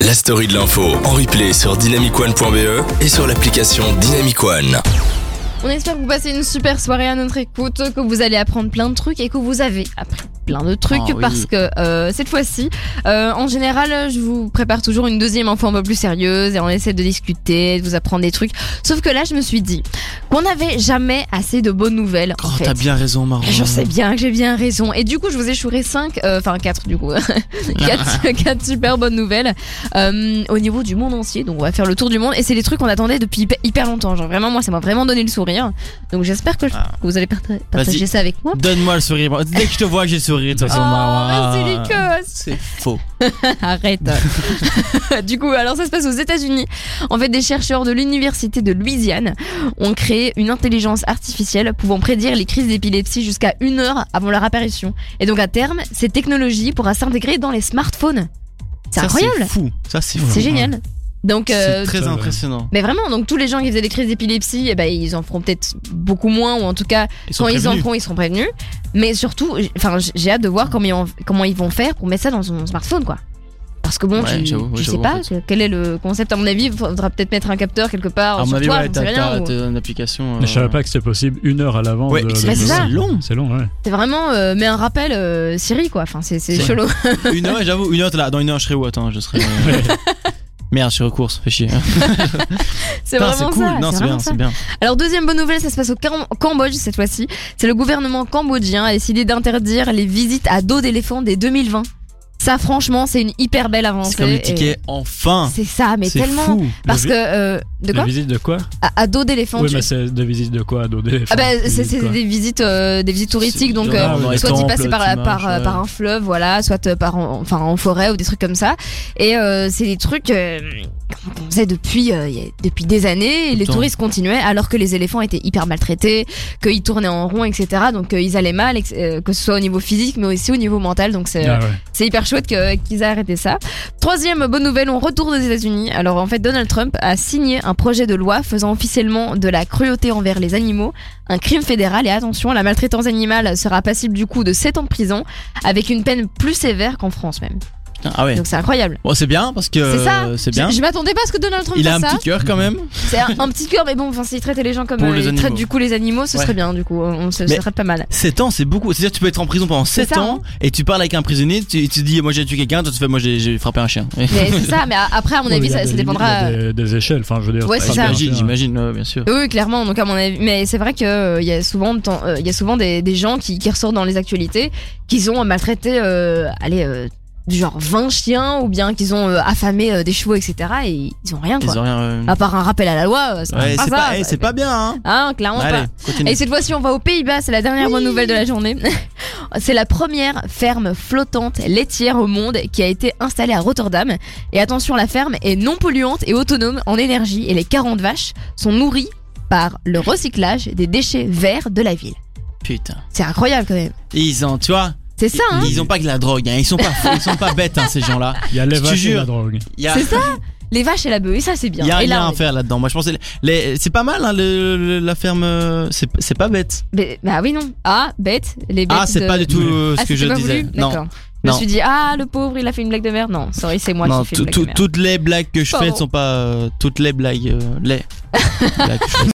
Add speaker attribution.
Speaker 1: la story de l'info en replay sur dynamicone.be E et sur l'application Dynamicone.
Speaker 2: On espère que vous passez une super soirée à notre écoute, que vous allez apprendre plein de trucs et que vous avez appris plein de trucs
Speaker 3: Ah oui.
Speaker 2: parce que euh, cette fois-ci, euh, en général, je vous prépare toujours une deuxième info un peu plus sérieuse et on essaie de discuter, de vous apprendre des trucs. Sauf que là, je me suis dit qu'on n'avait jamais assez de bonnes nouvelles.
Speaker 3: Oh,
Speaker 2: en fait.
Speaker 3: t'as bien raison, Margot.
Speaker 2: Je sais bien que j'ai bien raison. Et du coup, je vous ai chouré 5, enfin 4 du coup, 4,
Speaker 3: Ah.
Speaker 2: super bonnes nouvelles euh, au niveau du monde entier. Donc on va faire le tour du monde. Et c'est des trucs qu'on attendait depuis hyper, hyper longtemps. Genre vraiment, moi, ça m'a vraiment donné le sourire. Donc j'espère que je-
Speaker 3: Ah.
Speaker 2: vous allez parta- partager
Speaker 3: Vas-y.
Speaker 2: ça avec moi.
Speaker 3: Donne-moi le sourire. Dès que je te vois, j'ai souri de toute façon,
Speaker 2: Oh,
Speaker 3: Margot.
Speaker 2: merci Lycos
Speaker 3: C'est faux.
Speaker 2: Arrête. du coup, alors ça se passe aux États-Unis. En fait, des chercheurs de l'université de Louisiane ont créé une intelligence artificielle pouvant prédire les crises d'épilepsie jusqu'à une heure avant leur apparition. Et donc à terme, cette technologie pourra s'intégrer dans les smartphones. C'est
Speaker 3: Ça,
Speaker 2: incroyable.
Speaker 3: fou. Ça, c'est fou.
Speaker 2: C'est génial. Donc euh,
Speaker 3: C'est très
Speaker 4: Ça, ouais.
Speaker 3: impressionnant.
Speaker 2: mais vraiment, donc tous les gens qui faisaient des crises d'épilepsie, eh ben, ils en feront peut-être beaucoup moins, ou en tout cas,
Speaker 3: Ils sont
Speaker 2: quand ils en
Speaker 3: prévenus.
Speaker 2: feront, ils seront prévenus. Mais surtout, j'- enfin, j- j'ai hâte de voir comment ils, en- comment ils vont faire pour mettre ça dans son smartphone, quoi. Parce que bon,
Speaker 3: Ouais,
Speaker 2: tu,
Speaker 3: j'avoue,
Speaker 2: tu
Speaker 3: ouais,
Speaker 2: sais
Speaker 3: j'avoue,
Speaker 2: pas
Speaker 3: en
Speaker 2: que- quel est le concept. À mon avis, il faudra peut-être mettre un capteur quelque part
Speaker 3: À mon
Speaker 2: sur
Speaker 3: avis,
Speaker 2: toi,
Speaker 3: ouais,
Speaker 2: j'en sais
Speaker 3: t'as
Speaker 2: rien.
Speaker 3: t'as-
Speaker 2: ou-
Speaker 3: t'as une application.
Speaker 4: Mais
Speaker 3: euh,
Speaker 4: je savais pas que c'était possible une heure à l'avance.
Speaker 1: Ouais,
Speaker 4: de-
Speaker 3: mais
Speaker 4: de-
Speaker 2: c'est ça.
Speaker 3: C'est long.
Speaker 4: C'est long, ouais.
Speaker 2: C'est vraiment, euh, mets un rappel euh, Siri, quoi. Enfin, c'est c'est
Speaker 3: C'est-
Speaker 2: chelou.
Speaker 3: Une heure, et j'avoue, une heure, t'es là. Dans une heure, je serai où Attends, je serai. Merde, je suis aux courses, fais chier.
Speaker 2: C'est
Speaker 3: Putain,
Speaker 2: vraiment
Speaker 3: cool.
Speaker 2: ça.
Speaker 3: non,
Speaker 2: c'est
Speaker 3: c'est
Speaker 2: vraiment
Speaker 3: bien,
Speaker 2: ça.
Speaker 3: c'est bien.
Speaker 2: Alors deuxième bonne nouvelle, ça se passe au Cam- Cambodge cette fois-ci. C'est le gouvernement cambodgien a décidé d'interdire les visites à dos d'éléphant dès 2020. Ça franchement, c'est une hyper belle avancée.
Speaker 3: C'est comme les
Speaker 2: et
Speaker 3: tickets, enfin.
Speaker 2: C'est ça, mais
Speaker 3: C'est
Speaker 2: tellement
Speaker 3: fou.
Speaker 2: parce
Speaker 4: vi-
Speaker 2: que euh, de
Speaker 4: La
Speaker 2: quoi
Speaker 4: visite de quoi
Speaker 2: à, à dos d'éléphant.
Speaker 4: Oui,
Speaker 2: tu-
Speaker 4: mais c'est des visites de quoi d'eau d'éléphant
Speaker 2: Ah bah
Speaker 4: Des
Speaker 2: c'est
Speaker 4: visites
Speaker 2: c'est
Speaker 4: quoi
Speaker 2: des visites euh, des visites touristiques donc
Speaker 3: genre
Speaker 2: euh,
Speaker 3: dans les
Speaker 2: soit tu
Speaker 3: temples,
Speaker 2: passes par
Speaker 3: tu
Speaker 2: par euh,
Speaker 3: marches, euh, ouais.
Speaker 2: par un fleuve voilà soit euh, par en, enfin en forêt ou des trucs comme ça et euh, c'est des trucs euh, qu'on faisait depuis euh, il y a- depuis des années et
Speaker 3: Tout le
Speaker 2: les
Speaker 3: temps.
Speaker 2: touristes continuaient alors que les éléphants étaient hyper maltraités qu'ils tournaient en rond etc donc euh, ils allaient mal ex- euh, que ce soit au niveau physique mais aussi au niveau mental donc c'est euh,
Speaker 4: Ah ouais.
Speaker 2: c'est hyper chouette que- qu'ils aient arrêté ça. Troisième bonne nouvelle, on retourne aux États-Unis. Alors en fait, Donald Trump a signé un projet de loi faisant officiellement de la cruauté envers les animaux un crime fédéral. Et attention, la maltraitance animale sera passible du coup de 7 ans de prison, avec une peine plus sévère qu'en France même.
Speaker 3: Putain, Ah ouais.
Speaker 2: Donc c'est incroyable.
Speaker 3: Bon, c'est bien parce que.
Speaker 2: c'est ça.
Speaker 3: euh, C'est bien.
Speaker 2: Je, je m'attendais pas à ce que Donald Trump
Speaker 3: Il a
Speaker 2: fasse
Speaker 3: un
Speaker 2: ça.
Speaker 3: petit cœur quand même.
Speaker 2: C'est un, un petit cœur, mais bon, enfin, s'il traitait les gens comme
Speaker 3: Pour
Speaker 2: euh, il
Speaker 3: les
Speaker 2: traite
Speaker 3: animaux.
Speaker 2: du coup les animaux, ce
Speaker 3: Ouais.
Speaker 2: serait bien. Du coup, on se
Speaker 3: Mais-
Speaker 2: serait pas mal.
Speaker 3: 7 ans, c'est beaucoup. C'est-à-dire que tu peux être en prison pendant 7
Speaker 2: ça, hein.
Speaker 3: ans et tu parles avec un prisonnier, tu, tu dis moi j'ai tué quelqu'un, toi tu fais moi j'ai j'ai frappé un chien. Et-
Speaker 2: Mais c'est ça. Mais a- après, à mon
Speaker 4: Ouais, mais
Speaker 2: avis,
Speaker 4: il y a
Speaker 2: ça, ça
Speaker 4: des limites,
Speaker 2: dépendra. euh,
Speaker 4: il y a Des, des échelles, enfin je veux dire.
Speaker 2: Ouais,
Speaker 3: Ah,
Speaker 2: c'est ça.
Speaker 3: J'imagine, j'imagine, ouais, bien sûr.
Speaker 2: Oui, clairement. Donc à mon avis, mais c'est vrai que euh, il y a souvent, de temps- euh, il y a souvent des, des gens qui, qui ressortent dans les actualités, qu'ils ont maltraité, euh, allez, euh, du genre 20 chiens ou bien qu'ils ont euh, affamé euh, des chevaux, etc. Et ils ont rien
Speaker 3: Ils
Speaker 2: quoi.
Speaker 3: ont rien. euh,
Speaker 2: À part un rappel à la loi, euh, c'est
Speaker 3: Ouais,
Speaker 2: pas,
Speaker 3: c'est
Speaker 2: Ah, ça.
Speaker 3: pas, eh, c'est pas bien, hein.
Speaker 2: Hein, clairement pas.
Speaker 3: Allez, continue.
Speaker 2: Et cette fois-ci, on va aux Pays-Bas, c'est la dernière bonne nouvelle de la journée. c'est la première ferme flottante laitière au monde qui a été installée à Rotterdam. Et attention, la ferme est non polluante et autonome en énergie. Et les 40 vaches sont nourries par le recyclage des déchets verts de la ville.
Speaker 3: Putain.
Speaker 2: C'est incroyable quand même.
Speaker 3: Ils ont, tu vois,
Speaker 2: C'est ça, hein
Speaker 3: ils, ils ont pas que la drogue, hein. Ils sont pas, fous, ils sont pas bêtes, hein, ces gens-là.
Speaker 4: Il y a les
Speaker 3: Je te
Speaker 4: vaches et
Speaker 3: jure.
Speaker 4: la drogue.
Speaker 3: Il y a,
Speaker 2: C'est ça Les vaches et la bœuf, et ça c'est bien.
Speaker 3: il y a
Speaker 2: et
Speaker 3: rien
Speaker 2: là,
Speaker 3: à faire là-dedans. Moi, je pensais, les- c'est pas mal, hein, le- le- la ferme, euh, c'est c'est pas bête.
Speaker 2: mais- bah oui, non. Ah, bête, les bêtes.
Speaker 3: Ah, c'est
Speaker 2: de-
Speaker 3: pas du tout
Speaker 4: Oui.
Speaker 3: euh, ce
Speaker 2: Ah,
Speaker 3: que
Speaker 2: c'était
Speaker 3: je
Speaker 2: pas
Speaker 3: disais.
Speaker 2: voulu
Speaker 3: Non,
Speaker 2: D'accord. Je me
Speaker 3: Non.
Speaker 2: suis dit, ah, le pauvre, il a fait une blague de merde. Non, sorry, c'est moi
Speaker 3: non,
Speaker 2: qui fais une
Speaker 3: tout-
Speaker 2: blague de
Speaker 3: tout-
Speaker 2: merde.
Speaker 3: toutes les blagues que je fais ne
Speaker 2: Pardon.
Speaker 3: sont pas euh, toutes les blagues, euh, les blagues que je fais.